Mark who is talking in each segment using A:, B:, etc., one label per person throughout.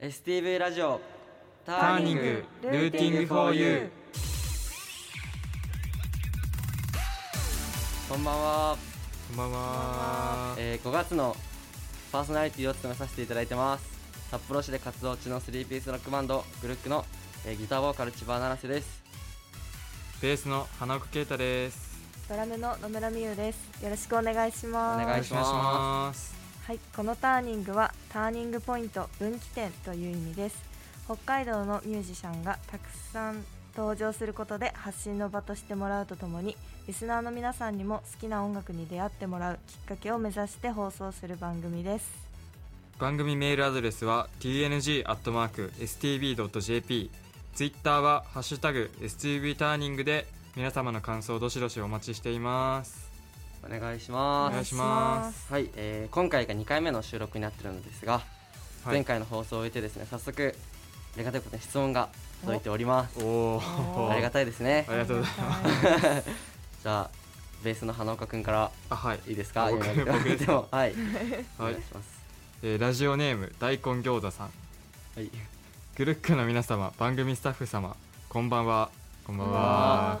A: STV ラジオタ
B: ターニングルーティングフォーユー
A: こんばんは、
B: こんばんは
A: えー、5月のパーソナリティを務めさせていただいてます札幌市で活動中のスリーピースロックバンドグルックの、えーギターボーカル千葉七瀬です
B: ベースの花岡啓太です
C: ドラムの野村美優です。よろしくお願いします。
A: お願いします
B: す
C: はい、このターニングはターニングポイント、分岐点という意味です。北海道のミュージシャンがたくさん登場することで発信の場としてもらうとともに、リスナーの皆さんにも好きな音楽に出会ってもらうきっかけを目指して放送する番組です。。
B: 番組メールアドレスは tng.stb.jp ツイッターは「ハッシュタグ #stb ターニング」で皆様の感想をどしどしお待ちしています
A: お願いし
B: お
A: ま
B: 願い
A: す
B: します
A: はい、えー今回が2回目の収録になってるのですが、
B: はい
A: 前回の放送を終えてですね早速レガテコの質問が届いております
B: お
C: お
B: お
A: ありがたいですね
B: ありがとうございます
C: す。
A: じゃあベースの花岡くんから
B: あはい、
A: いいですか
B: 僕
A: 読んで
B: 僕です
A: でもはい、お
B: は
A: 願
B: い
A: いします
B: えーラジオネーム大根餃子さん
A: はい
B: グルックの皆様番組スタッフ様こんばんはこんばんは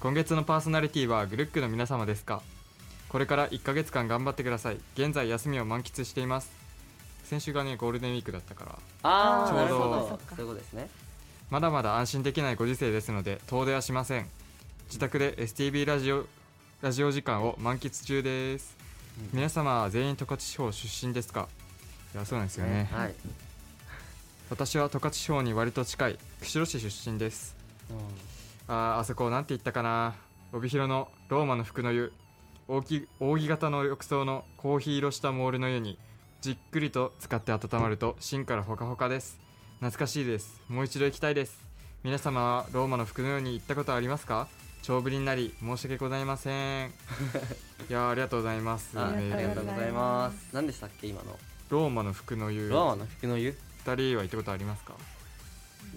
B: 今月のパーソナリティはグルックの皆様ですかこれから1ヶ月間頑張ってください現在休みを満喫しています先週がねゴールデンウィークだったから
A: あ
C: あ
A: あ
B: ー
A: なるほ
C: ちょう
A: ど
C: ど
A: そういうことですね
B: まだまだ安心できないご時世ですので遠出はしません自宅で STB ラジオラジオ時間を満喫中です、
A: うん
B: 皆様は全員十勝地方出身ですかいやそうなんですよね
A: はい
B: 私は十勝地方に割と近い釧路市出身ですあーあそこなんて言ったかな帯広のローマの服の湯扇扇形の浴槽のコーヒー色したモールの湯にじっくりと使って温まると芯からほかほかです懐かしいですもう一度行きたいです皆様はローマの服の湯に行ったことありますか長ぶりになり申し訳ございま せんいやーありがとうございます
A: ああ
B: メール
A: りがとうございま
C: あ
A: す何でしたっけ今の
B: ローマの服の湯
A: ローマの服の湯
B: 二人は行ったことありますか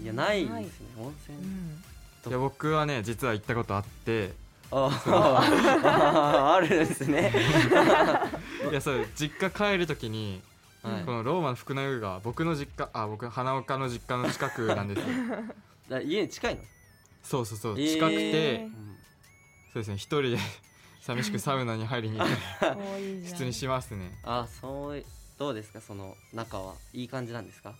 A: いやないですね温泉
C: うん
B: いや僕はね実は行ったことあって
A: あ ああるんですね
B: いやそう実家帰るときに、
A: はい
B: このローマの福の湯が僕の実家あ僕花岡の実家の近くなんで すよ
A: だ家に近いの
B: そうそうそう
A: えー
B: 近くて、
C: う
B: そうですね一人で 寂しくサウナに入りに行く
C: お いいじゃん
B: 質にしますね
A: あそういどうですかその中はいい感じなんですか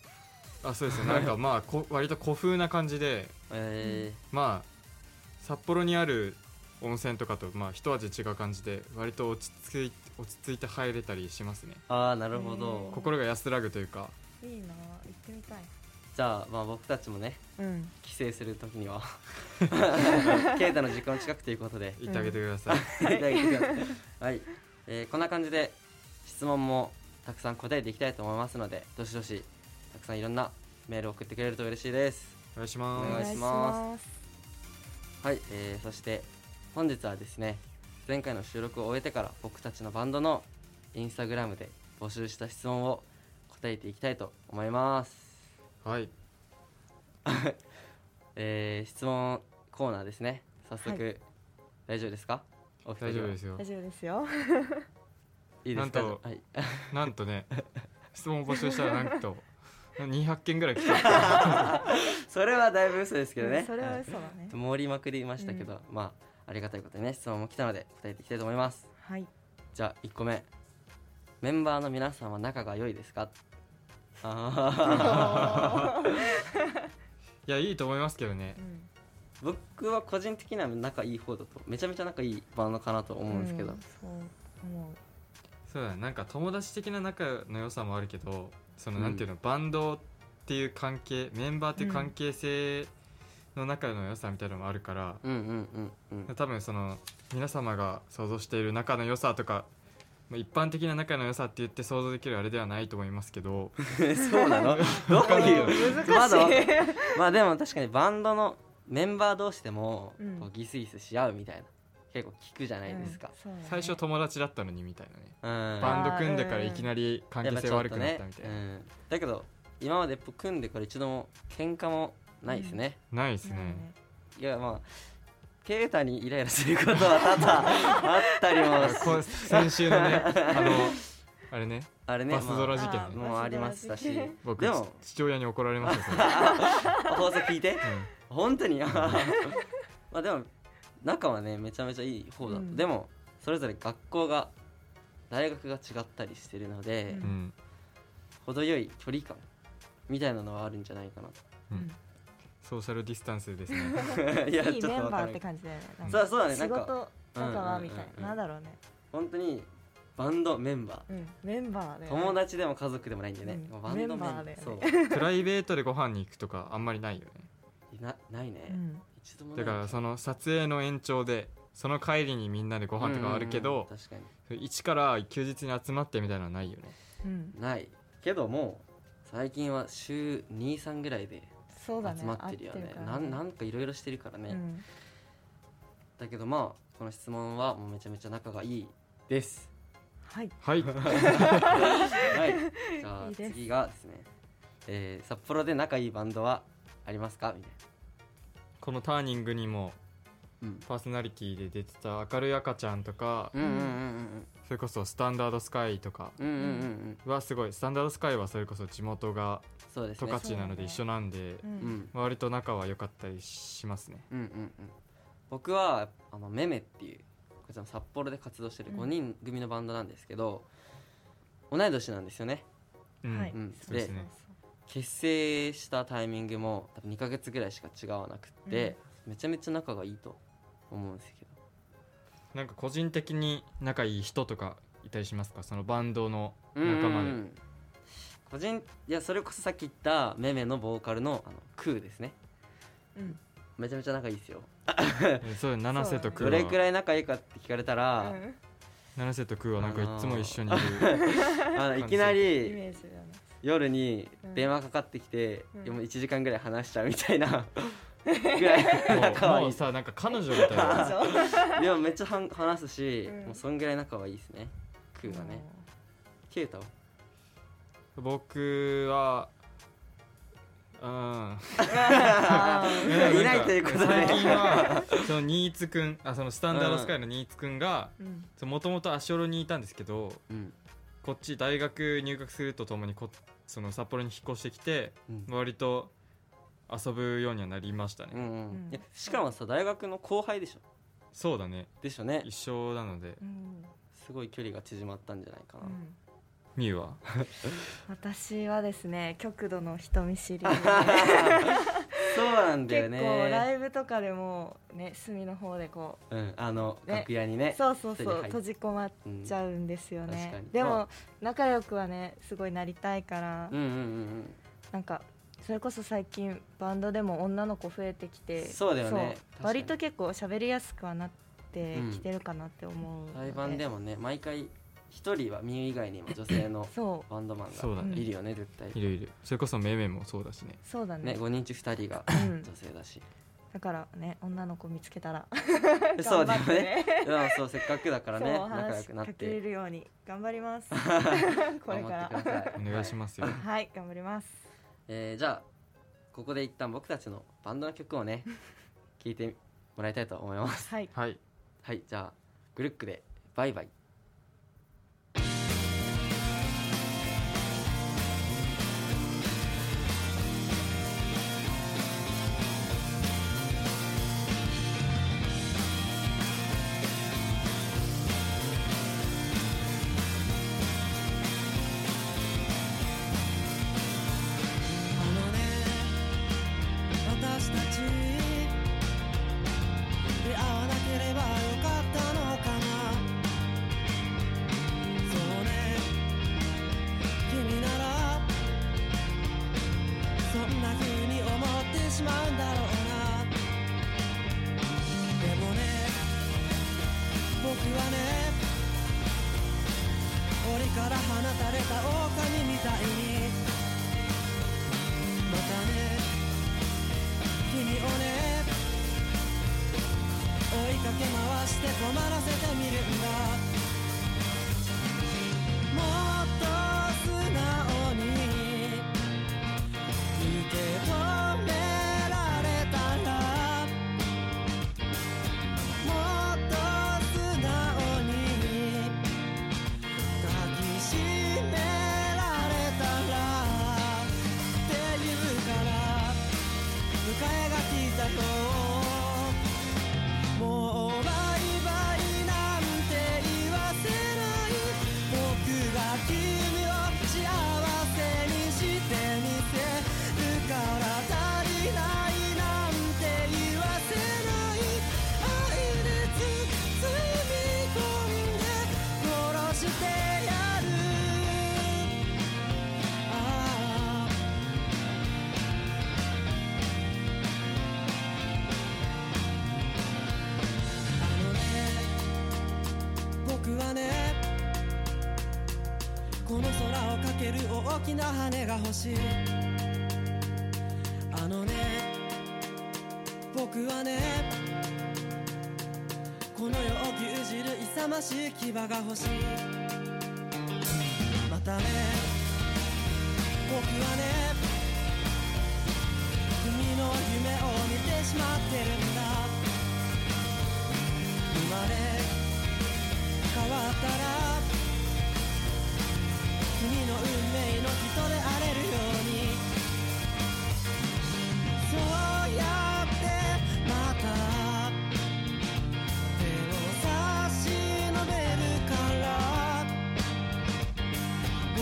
B: あそうですねなんかまあこ割と古風な感じで
A: え
B: まあ札幌にある温泉とかとまあ一味違う感じで割と落ち着い落ち着いて入れたりしますね
A: ー、ああなるほど
C: えー
B: 心が安らぐというか
C: いいな、行ってみたい。
A: じゃあまあ僕たちもね
C: うん。
A: 帰省するときに はケイタの実家の近くということで
B: 行ってあげてく ださい、
A: いただいてくださいはい、えーこんな感じで質問もたくさん答えていきたいと思いますのでどしどしたくさんいろんなメールを送ってくれると嬉しいです
B: お願いします
A: お願いします
C: す。
A: はい、えーそして本日はですね前回の収録を終えてから僕たちのバンドのインスタグラムで募集した質問を答えていきたいと思います
B: はい
A: えー質問コーナーですね早速、
C: は
A: 大丈夫ですかお二人は
B: 大丈夫ですよ
C: 大丈夫ですよ。
A: いいですか
B: なんと
A: はい、
B: なんとね質問を募集したらなんと200件ぐらい来 た
A: それはだいぶ嘘ですけどね、
C: うん それは嘘だね。
A: 盛りまくりましたけど、まあありがたいことにね質問も来たので答えていきたいと思います
C: はい。
A: じゃあ1個目メンバーの皆さんは仲が良いですか あー
B: いやいいと思いますけどね
C: うん
A: 僕は個人的には仲いい方だとめちゃめちゃ仲いいバンドかなと思うんですけど、
C: うんそう思う。
B: そうだねなんか友達的な仲の良さもあるけどその
A: うん
B: なんていうの、バンドっていう関係メンバーっていう関係性の仲の良さみたいなのもあるから、
A: うんうんうんうん
B: 多分その皆様が想像している仲の良さとかまあ一般的な仲の良さって言って想像できるあれではないと思いますけど
A: そうなのどういうま
C: 難し
A: だ
C: い。
A: まあでも確かにバンドのメンバー同士でも
C: うん
A: こうギスギスし合うみたいな結構聞くじゃないですか、
C: うん。そうだね
B: 最初友達だったのにみたいなね
A: うん、
B: バンド組んでからいきなり関係性悪くなったみたいな、
A: うん、だけど今まで組んでから一度も喧嘩もないですね、
B: ないです
C: なる
B: ね
C: ね
A: いやまあ啓太にイライラすることは多々あったりも
B: こう先週のねあのあれね
A: あれね
B: バスドラ事件
C: あー
A: もうありましたし
C: バスドラ事
B: 僕
A: でも
B: 父親に怒られましたそれ
A: 放送聞いて
B: うん
A: 本当に まあでも仲はねめちゃめちゃいい方だった、
C: うん
A: でもそれぞれ学校が大学が違ったりしてるので、
C: うん
B: うん
A: 程よい距離感みたいなのはあるんじゃないかな
B: うんソーシャルディスタンスですね
A: と いや
C: いいメン
A: わ
C: バ
A: か
C: ー
A: ら
C: って
A: ない
C: 感じだよねなん
A: そ
C: か
A: うそうだねな
C: 仕
A: んか
C: 事仲間みたい
A: うんうんうんうん
C: ななんだろうね
A: 本当にバンドメンバー
C: うんメンバーで
A: 友達でも家族でもないんでね、
C: うん
A: もうバンドメン
C: メンバーだよね
A: そう
B: プライベートでご飯に行くとかあんまりないよね
A: いなないね、
C: うん
A: 一度もな
B: だ
A: い
B: からその撮影の延長でその帰りにみんなでご飯とかあるけ
A: うんうん
B: ど
A: うん確かに
B: 一から休日に集まってみたいなのはないよね
C: うん
A: ないけども最近は週23ぐらいで
C: そうだね
A: 集まってるよね
C: 合から
A: なんなんかいろいろしてるからね、
C: うん
A: だけどまあこの質問はもうめちゃめちゃ仲がいいです
C: はい
B: はい
A: はいじゃあ
C: いいです
A: 次がですね、えー札幌で仲いいバンドはありますかみたい
B: この「ターニング」にも
A: な、うん、
B: パーソナリティで出てた「明るい赤ちゃん」とか
A: うんうん
B: それこそ「スタンダードスカイ」とか
A: うんうんうんうんうんうん
B: はすごいスタンダードスカイはそれこそ地元が
A: そうです
B: 十
A: ね
B: 勝なので一緒なんで
C: う
A: うんん
B: 割と仲は良かったりしますね
A: うんうんうん僕はあのメメっていうこちらも札幌で活動してる
C: うん
A: 5人組のバンドなんですけど、同い年なんですよね
B: うん
C: はい
A: うん
C: そ
B: そうですね
C: そう
A: 結成したタイミングも多分2ヶ月ぐらいしか違わなくって、めちゃめちゃ仲がいいと思うんですけど
B: なんか個人的に仲いい人とかいたりしますかそのバンドの
A: うんうん
B: 仲
A: う
B: 間で
A: ん個人いやそれこそさっき言っためめのボーカルのあのクーですね
C: そううん
A: めちゃめちゃ仲いいですよ
B: えそう七瀬と
C: ク
B: 空
C: ー
A: どれく
B: は
A: らい仲いいかって聞かれたら、
C: うん
B: 七瀬と空はなんかいつも一緒にいる
A: あのいきな
C: イ
A: り
C: メージだね
A: 夜に電話かかってきて、いやもう1時間ぐらい話しちゃうみたい なぐらい 仲
B: もう
A: はい
B: も
A: いう
B: さなんか彼女みた いな
C: そう
A: でもめっちゃはん話すし、
C: うん
A: もうそんぐらい仲はいいですねクーはねケイタは
B: 僕はうん
C: あー
A: や いないということで
B: 最近はその新津くんあそのスタンダードスカイの新津くんが
C: うん
B: もともと足寄にいたんですけど
A: うん
B: こっち大学入学するとともにこその札幌に引っ越してきて
A: うん
B: 割と遊ぶようにはなりましたね、
A: うんうん
C: うん
A: いやしかもさ大学の後輩でしょ
B: そうだね
A: でしょね
B: 一緒なので
C: うん
A: すごい距離が縮まったんじゃないかな、
C: うん
B: みゆは
C: 私はですね極度の人 見知りで
A: そうなんだよ
C: 結
A: ね
C: 構ライブとかでもね隅の方でこ
A: うん、あの、
C: ね
A: 楽屋にね
C: うそうそう
A: 一人
C: そう
A: 入っ
C: 閉じ込まっ
A: うん
C: ちゃうんですよ
A: 確か
C: ね
A: に
C: で
A: ま
C: も
A: あ
C: 仲良くはねすごいなりたいから
A: うんうんうん
C: なんかそれこそ最近バンドでも女の子増えてきて
A: そうだよね確かに
C: 割と結構喋りやすくはなってきてるかなって思うの
A: うん
C: で
A: 対バンでもね毎回一人はミュウ以外にも女性の
C: そう
A: バンドマ
B: そう
A: ン
B: だ
A: が
B: ね
A: いるよね絶対
B: いるいるそれこそめいめいもそうだしね
C: そうだね
A: ね5人中2人が
C: うん
A: 女性だし
C: だからね女の子見つけたら
A: そう
C: 頑
A: だ
C: 張
A: よ
C: って
A: ね
C: ね
A: でもそうせっかくだからね
C: そう
A: 仲良
C: 話し
A: くな
C: か
A: っ
C: けれ
A: て
C: るように頑張りま す これ
A: 頑
C: か
A: 張って
C: ら
A: ください
B: お願いしますよ
C: はい頑張ります
A: えーじゃあここで一旦僕たちのバンドの曲を ね聴いてもらいたいと思います
C: はい
B: はい
A: はいじゃあグルックでバイバイ
D: あのね私たち出会わなければよかったのかなな羽が欲しいあのね僕はねこの世を牛耳る勇ましい牙が欲しいまたね僕はね君の夢を見てしまってるんだ生まれ変わったら君の運命の人であれるようにそうやってまた手を差し伸べるから僕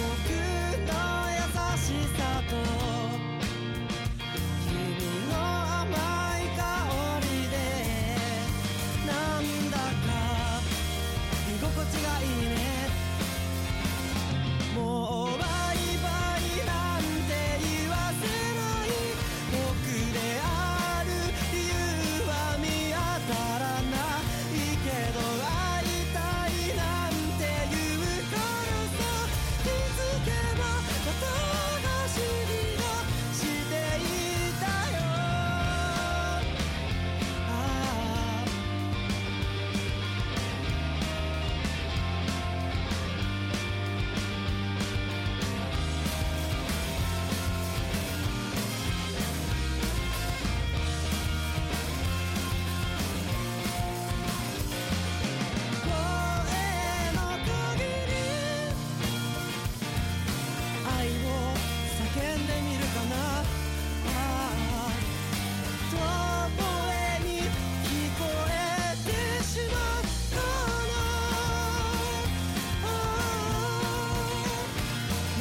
D: の優しさと「君の甘い香りで」「なんだか居心地がいいね」「もうバイバイなんて言わせない」「僕である理由は見当たらないけど会いたいなんて言うからさ」「気づけばまたが不思議がしていたよ」ああ声の限り愛を叫んでみるかなああ遠吠えに聞こえてしまったなあ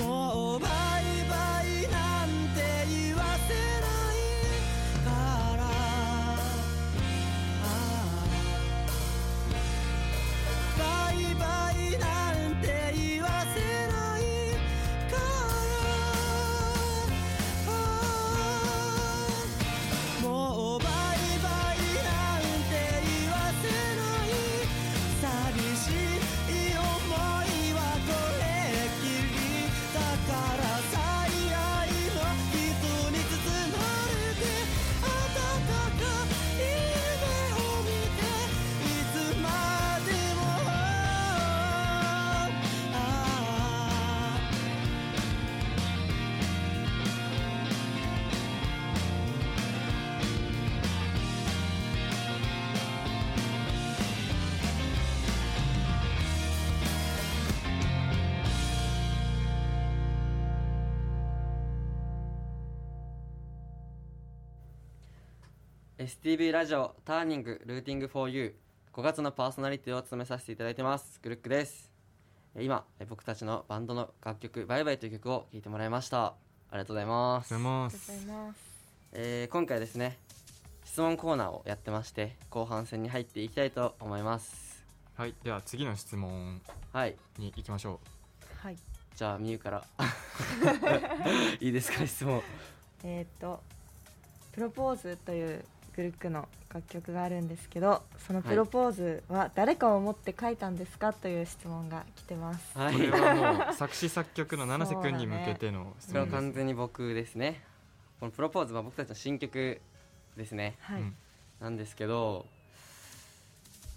D: あもうバイバイなんて言わせないからああバイバイなんて言わせないからもうバイバイなんて言わせない寂しい思いはこれっきりだから最愛の人に包まれて温かい夢を見ていつまでもああ
A: STV ラジオターニングルーティング 4U5 月のパーソナリティを務めさせていただいてますグルックですえ今え僕たちのバンドの楽曲「バイバイ」という曲を聴いてもらいましたありがとうございま
B: ご
A: す
B: ざいま
C: りがとう
B: す
C: ございます
A: えー今回ですね質問コーナーをやってまして後半戦に入っていきたいと思います
B: はいでは次の質問
A: はい
B: に行きましょ
C: はい
A: じゃあみゆから いいですか質問
C: えーっと「プロポーズ」というグルックの楽曲があるんですけどその「プロポーズ」は誰かを思って書いたんですかという質問が来てます、
B: う
A: はい
B: こ
A: こ
B: れ
A: れ
B: はもう作詞作曲の七瀬くんに向けての質
A: は
B: 問です
A: 完全に僕ですねこの「プロポーズ」は僕たちの新曲ですね
C: はい、
B: うん
A: なんですけど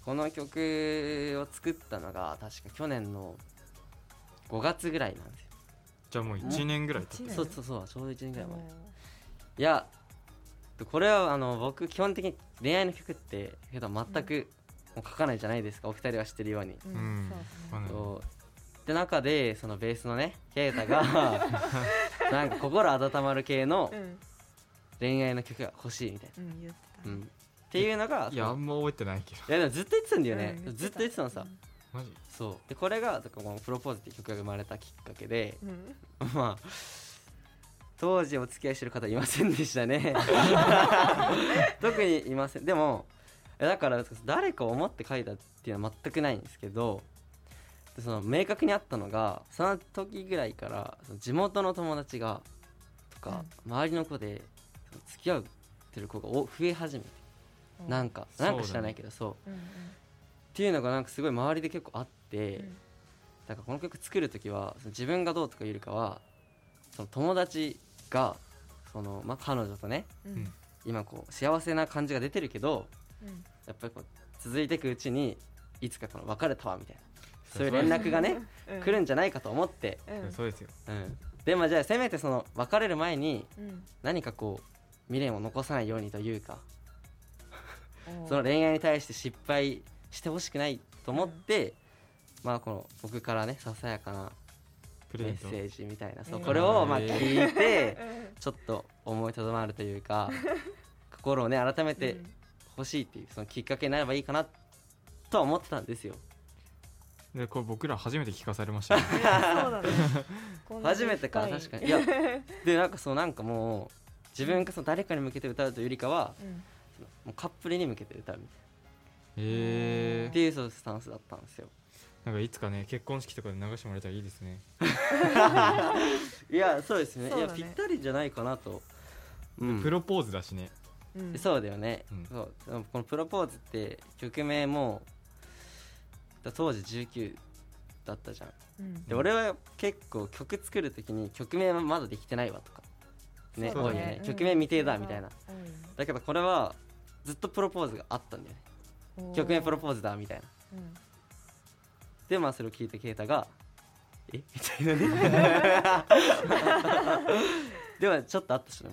A: この曲を作ったのが確か去年の5月ぐらいなんですよ、
B: じゃあもう1年ぐらい経っ
C: 一年
A: そうそうそうちょうど1年ぐらい前
C: もう
A: いやこれはあの僕基本的に恋愛の曲って普段全くもう書かないじゃないですかお二人は知ってるように、
B: う
C: う
B: んん
C: そう
B: わかんない
A: そうで中でそのベースのね啓太がなんか心温まる系の
C: だねうん
A: 恋愛の曲が欲しいみたい
C: うん言ってた
A: な、うん、っていうのが
B: いやあ
A: その
B: んま覚えてないけど
A: いやでもずっと言ってたんだよね、
C: うん
A: ずっと言ってたのさ、
B: マジ
A: そうでこれがだからこの「プロポーズ」っていう曲が生まれたきっかけで
C: うんうん
A: まあ当時お付き合いしてる方いませんでした ね特にいませんでもえだから誰かを思って書いたっていうのは全くないんですけどでその明確にあったのがその時ぐらいからその地元の友達がとか、周りの子でその付き合ってる子がお増え始めて、なんかなんか知らないけどそう
C: うんうん
A: っていうのがなんかすごい周りで結構あって、
C: うん
A: だからこの曲作る時はその自分がどうとかいうよりかはその友達がその、まあ、彼女とね
C: うん
A: 今こう幸せな感じが出てるけど
C: うん
A: やっぱりこう続いていくうちにいつかこの別れたわみたいな
B: そ
A: そう
B: う
A: いう
B: そう
A: 連絡がね
C: うん
A: 来るんじゃないかと思って、
C: うん
B: そうですよ
A: うん、でもじゃあせめてその別れる前に
C: うん
A: 何かこう未練を残さないようにというか
C: おー
A: その恋愛に対して失敗してほしくないと思って、まあこの僕からねささやかな
B: プレ
A: メ
B: ゼン
A: ッ
B: ト
A: セージみたいな、そう
C: えー
A: これをまあ
B: え
A: 聞いて
C: うん
A: ちょっと思いとどまるというか心をね改めて欲しいっていうそのきっかけになればいいかなとは思ってたんですよ
B: でこれ僕ら初めて聞かされましたね
C: そうだ ねこんなに
A: 初めてから
C: 深い
A: 確かにいやでなんかそうなんかもう自分がその誰かに向けて歌うというよりかは
C: うん
A: もうカップルに向けて歌うみたいな
B: へ
A: って
B: え
A: いうそうスタンスだったんですよ
B: なんかいつかね結婚式とかで流してもらえたらいいですね
A: いやそうですね
C: そう
A: い
C: だ
A: や
C: ね
A: ぴったりじゃないかなと、うん
B: プロポーズだしね
C: うん
A: そうだよね、
B: うん
A: そうでもこの「プロポーズ」って曲名もだ当時19だったじゃん
C: うん
A: で
B: うん
A: 俺は結構曲作る時に曲名はまだできてないわとかね
C: そう
A: 多
C: だ
A: いよ
C: ね
A: ね
C: うん
A: 曲名未定だみたいな
C: う
A: だけどこれはずっとプロポーズがあったんだよね
C: ん
A: 曲名プロポーズだみたいな
C: うん
A: でまあそれを聞いて啓太が「え みたい なねでもちょっとあったしね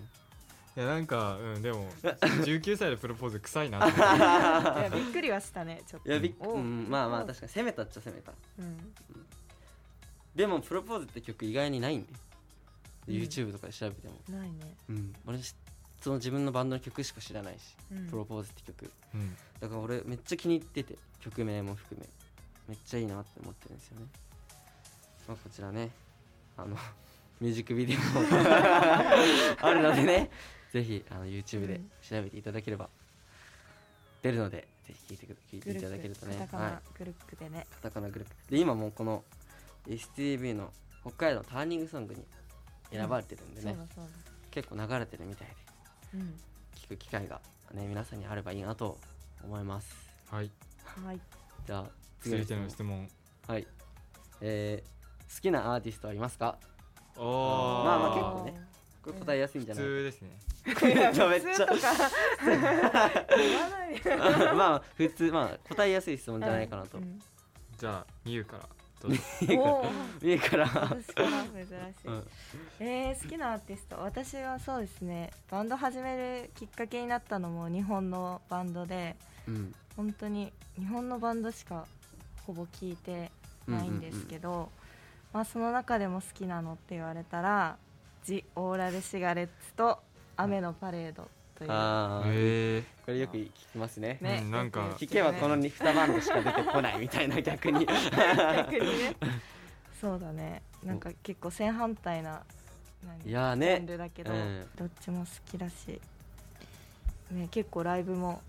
B: いやなんか、う ん、でも19歳でプロポーズ臭いなって思って
C: いやびっくりはしたねちょっ
A: い
C: と
A: やびっ、
C: お
A: うん、まあまあ
C: お
A: 確かに攻めたっちゃ攻めた
C: うん
A: でもプロポーズって曲意外にないんで
C: うん
A: YouTube とかで調べても、
C: ないね
A: うん、俺その自分のバンドの曲しか知らないし
C: うん
A: プロポーズって曲
B: うん
A: だから俺めっちゃ気に入ってて曲名も含めめっちゃいいなって思ってるんですよね、まあ、こちらねあの ミュージックビデオ もあるのでねぜひあの YouTube で調べていただければ出るのでぜひ聴いてく聴いて
C: グ
A: い
C: ル
A: ただける
C: ー
A: と
C: プ
A: ね
C: カタカ
A: はい
C: ナグループでね
A: カタカナグループで今もうこの STV の北海道のターニングソングに選ばれてるんで
C: そうだ
A: ね、
C: そうだ
A: 結構流れてるみたいで
C: うん
A: 聞く機会がね皆さんにあればいいなと思います
B: はい
C: はい
A: じゃあ
B: 続いての質問
A: はいえー、好きなアーティストはいますか
B: あ
A: まあまあ結
B: ー
A: 構ねこれ答えやすいんじゃ
B: 普
A: ない、
B: 通ですね
A: めっ
C: 普通
A: ち
C: と
A: ゃ
C: か 言わない
A: まあ普通まあ答えやすい質問じゃないかなと、
C: うん
B: じゃあみゆからどうぞ
C: お ー
A: いいから
C: 私から珍しい、
A: うん
C: えー好きなアーティスト私はそうですねバンド始めるきっかけになったのも日本のバンドで
A: うん
C: 本当に日本のバンドしかほぼ聴いてないんですけど、まあ、その中でも好きなのって言われたら「ジ・オーラル・シガレッツ」と「雨のパレード」という、
A: ああ、
B: へ
A: これよく聞きますね
B: ねうんなんか
A: 聞けばこの
C: ね
A: 2バンドしか出てこないみたいな逆に
C: 逆にねそうだねなんか結構正反対ななんか
A: いやー
C: ジャン
A: ね
C: ルだけど、
A: うん
C: どっちも好きだし、ね、結構ライブも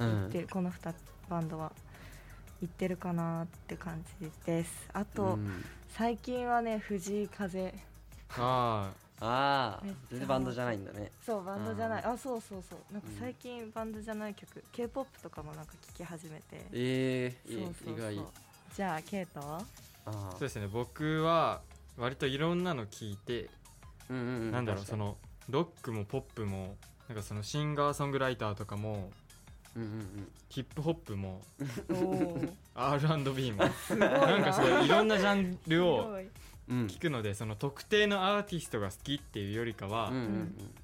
A: う
C: 行っ
A: ん
C: て、この2バンドは行ってるかなって感じですあと、
A: うん
C: 最近はね藤井風
B: あ
A: ああ
C: めっちゃ
A: 全然バンドじゃないんだね
C: そうバンドじゃない、
A: う
C: あそうそうそうなんか最近バンドじゃない曲、k p o p とかもなんか聴き始めて
A: ええ
C: そうそう
A: 意
C: そう
A: 外
C: じゃあケイ トは
A: あ
B: あ
A: あ
B: そうですね僕は割といろんなの聞いて、
A: うんうんうん
B: なんだろうそのロックもポップもなんかそのシンガーソングライターとかも
A: うんうん
B: ヒップホップも
C: おお
B: R&B も
C: すごいな
B: なんかそういろんなジャンル
C: す
B: を
C: ごい
A: うんうん
B: 聞くのでその特定のアーティストが好きっていうよりかは、
A: うんうんうん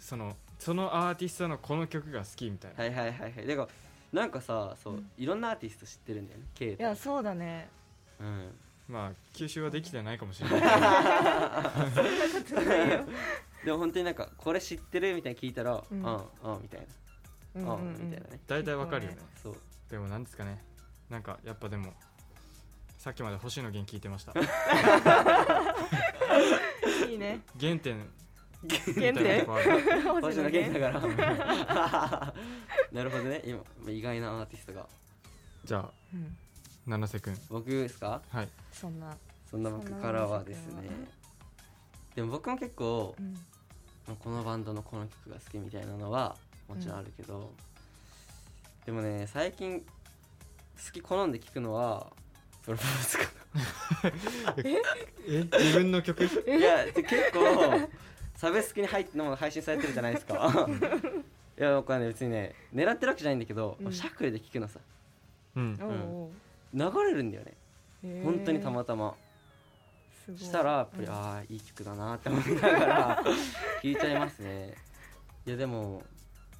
B: そのそのアーティストのこの曲が好きみたいな、
A: はいはいはいはいだからなんかさそう、
C: うん
A: いろんなアーティスト知ってるんだよねケイ
C: い
A: タ
C: やそうだね
A: うん
B: まあ吸収はできてないかもしれない
A: でも本当になんかこれ知ってるみたいに聞いたら、
C: う
A: うんん、うんうんみたいな、う
C: うん
A: ん
C: うんうん
A: みたいなね
B: 大体わかるよね
A: そう
B: でもなんですかねなんかやっぱでもさっきまで星野源聞いてました
C: いいね
B: 原点
C: 原
B: みたいなと
C: 点
B: こある
A: 星野源
C: が
A: だから なるほどね今意外なアーティストが
B: じゃあ
C: うん
B: 七瀬くん
A: 僕ですか
B: はい
C: そんな
A: そんな僕からはですねでも僕も結構
C: うん
A: このバンドのこの曲が好きみたいなのはもちろんあるけど、でもね最近好き好んで聴くのはプロポーズか
B: え自分の曲
A: いや結構サブスクに入っての配信されてるじゃないです かいやわかんない別にね狙ってるわけじゃないんだけど、
C: うん
A: シャッフルで聞くのさ
B: うん
C: おお
A: 流れるんだよね
C: ー
A: 本当にたまたましたらやっぱり、
C: うん
A: ああいい曲だなって思いながら聴いちゃいますねいやでも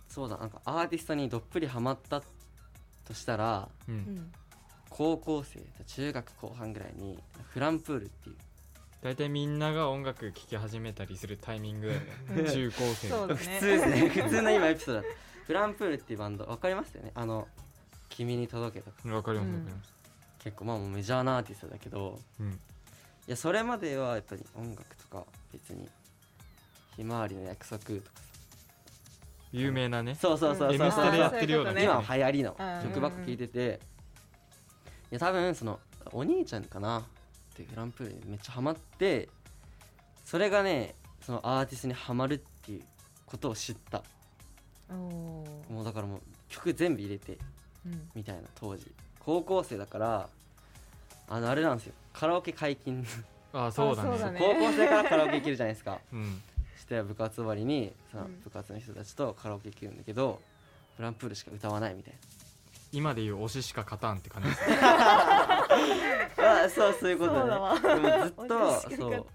A: そうだなんかアーティストにどっぷりハマったとしたら
B: う
C: うんん
A: 高校生と中学後半ぐらいにフランプールっていう
B: 大体みんなが音楽聴き始めたりするタイミングだよね中高生
C: そうだ
A: 普
C: ね
A: 通ですね 普通の今エピソードだったフランプールっていうバンドわかりますよねあの「君に届け」とか
B: わかります
C: う
B: わ
C: ん
B: かります
A: 結構まあもうメジャーなアーティストだけど
B: うん
A: いやそれまではやっぱり音楽とか別に「ひまわりの約束」とか
B: 有名なね
A: そうそうそうそううんそう
B: M スタ」でやってるような
C: あーそういう
A: 今
C: こ
A: は流行りの
C: うん
A: 曲ばっか聴いてていや多分そのお兄ちゃんかなってグランプリめっちゃハマってそれがねそのアーティストにハマるっていうことを知った
C: おお
A: もうだからもう曲全部入れて
C: うん
A: みたいな当時高校生だからあのあれなんですよカラオケ解禁
B: あそうだ
C: あそう
B: ね
C: だね
A: 高校生 からカラオケ行けるじゃないですか
B: うん
A: して部活終わりにその
C: うん
A: 部活の人たちとカラオケ行けるんだけどグランプールしか歌わないみたいな
B: 今で言う推ししか勝たんって感じです
A: あそうそういうこと
C: そうだわ
A: ねでもず っ
C: 私が
A: と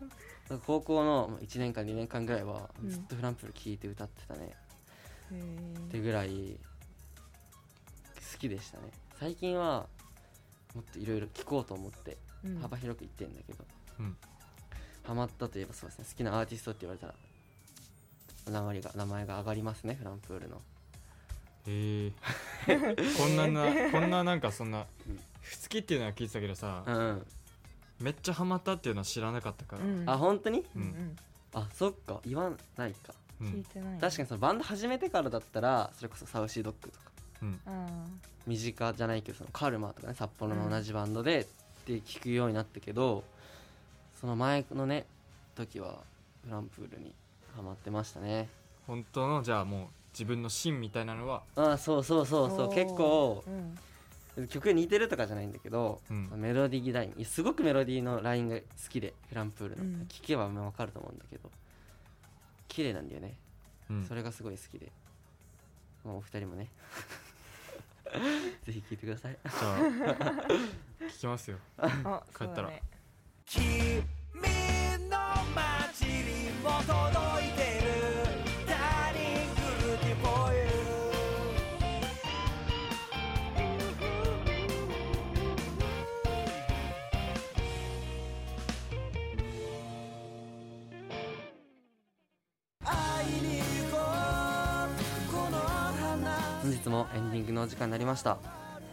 A: そう高校の1年間2年間ぐらいは
C: うん
A: ずっとフランプール聴いて歌ってたね、
C: へー
A: ってぐらい好きでしたね最近はもっといろいろ聴こうと思って
C: うん
A: 幅広く言ってんだけど、
B: うん
A: ハマったといえばそうですね好きなアーティストって言われたら名前が名前が上がりますねフランプールの
B: へえこんななこんななんかそんな好きっていうのは聞いてたけどさ
A: うん、
B: めっちゃハマったっていうのは知らなかったから
C: うん
A: あ本当に
C: うんうん
A: あそっか言わないか
B: う
C: 聞い
B: ん
C: てない
A: 確かにそのバンド始めてからだったらそれこそサウシードッグとか
B: うん
C: あ
A: 身近じゃないけどそのカルマとかね札幌の同じバンドでって聞くようになったけど、その前のね時はフランプールにハマってましたね
B: 本当のじゃあもう自分の芯みたいなのは
A: ああそうそうそうそ
C: お
A: う
C: ー
A: 結構
C: ーうん
A: 曲似てるとかじゃないんだけど、
B: うん
A: メロディーラインいやすごくメロディーのラインが好きでフランプールの、
C: うん
A: 聞けば分かると思うんだけど綺麗なんだよね、
B: うん
A: それがすごい好きでもうお二人もねぜひ聴いてください
B: じゃあ聞きますよ
C: あ
B: 帰ったら
D: 君の街にも届いてるダーリングルティボユ会いに行こうこの花
A: 本日もエンディングのお時間になりました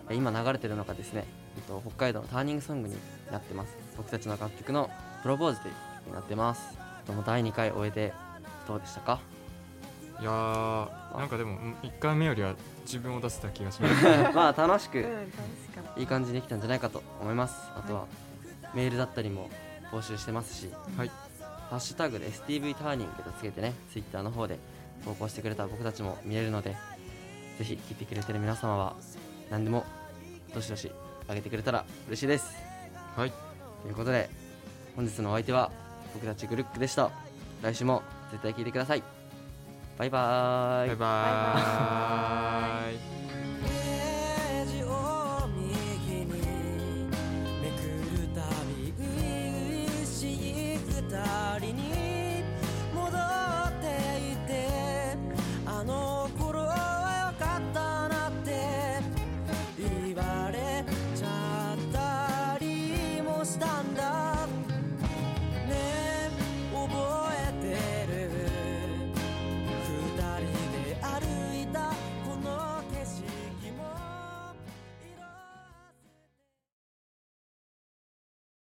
A: えー今流れてるのがですねえっと北海道のターニングソングになってます僕たちの楽曲の「プロポーズ」という曲になってますどうも第2回終えてどうでしたか
B: いやーなんかでも1回目よりは自分を出せた気がします
A: まあ楽し
C: う
A: く
C: ん楽しかった
A: いい感じにできたんじゃないかと思いますあとはメールだったりも募集してますし
B: はい
A: ハッシュタグで STV ターニングとつけてね、ツイッターの方で投稿してくれた僕たちも見えるので、ぜひ聞いてくれてる皆様は、何でもどしどしあげてくれたら嬉しいです。
B: はい
A: ということで、本日のお相手は僕たちグルックでした。来週も絶対聞いてください。バイバーイ。
B: バイバーイ